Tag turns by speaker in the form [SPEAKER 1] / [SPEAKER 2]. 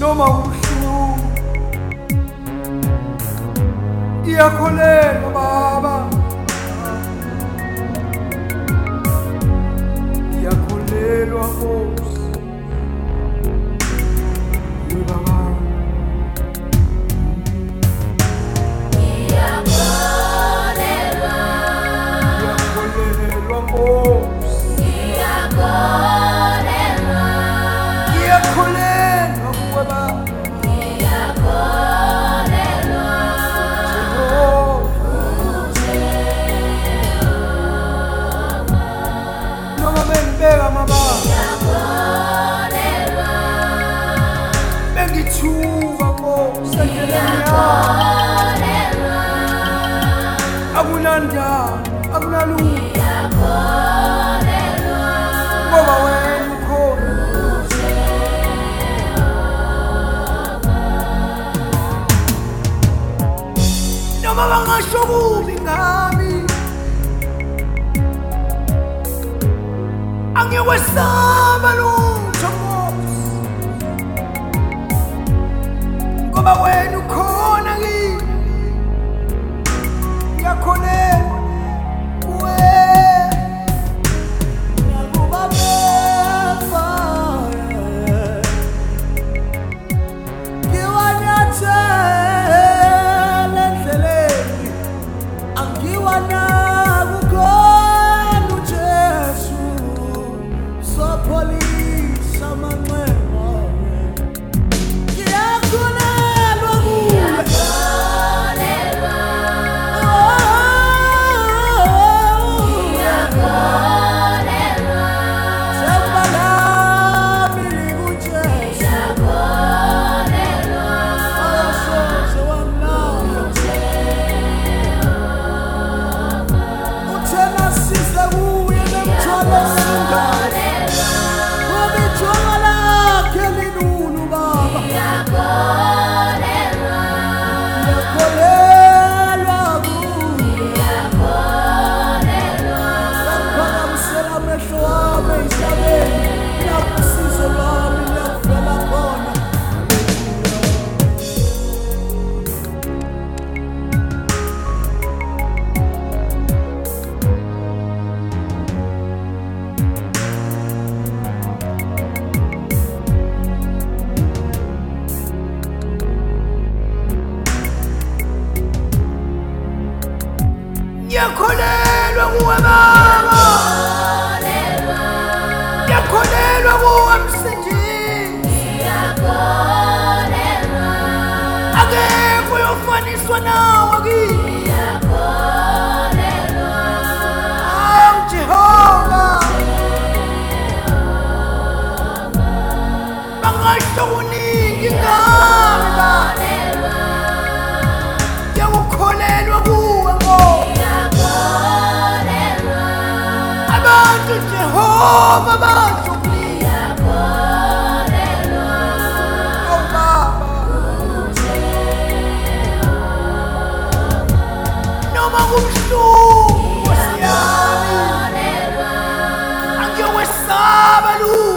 [SPEAKER 1] noma ubuhlungu iyakholelwa baba iyakholelwa nkosi yebaba iyakholelwa nkosi iyakholelwa kuwe baba Noma bengibeka amabanga bengithuka Nkosi endleleni yami akunandaba akunalutho ngoba wena ukhona noma bangasho kubi ngami angikwesaba lutho Nkosi ngoba wena ukhona kimi ngiyakholelwa kuwe ngiyakubabeka ngiwanyathele endleleni angiwanakukona ujesu sopholisa amanxeba ngiyakhulelwa kuwe Kolelwa kuwe Ngiyakuphakamisela amehlo wami emhlabeni. Lapho usizo lwami liyakuvela khona. E Ngiyakholelwa kuwe baba E Ngiyakholelwa kuwe msindisi Akekho uyofaniswa nawe kimi Hawu Jehova Bangasho kuningi ngami baba Ngiyakukholelwa kuwe Nkosi abantu Jehova abantu noma kumhlungu Nkosi yami angiyokwesaba lutho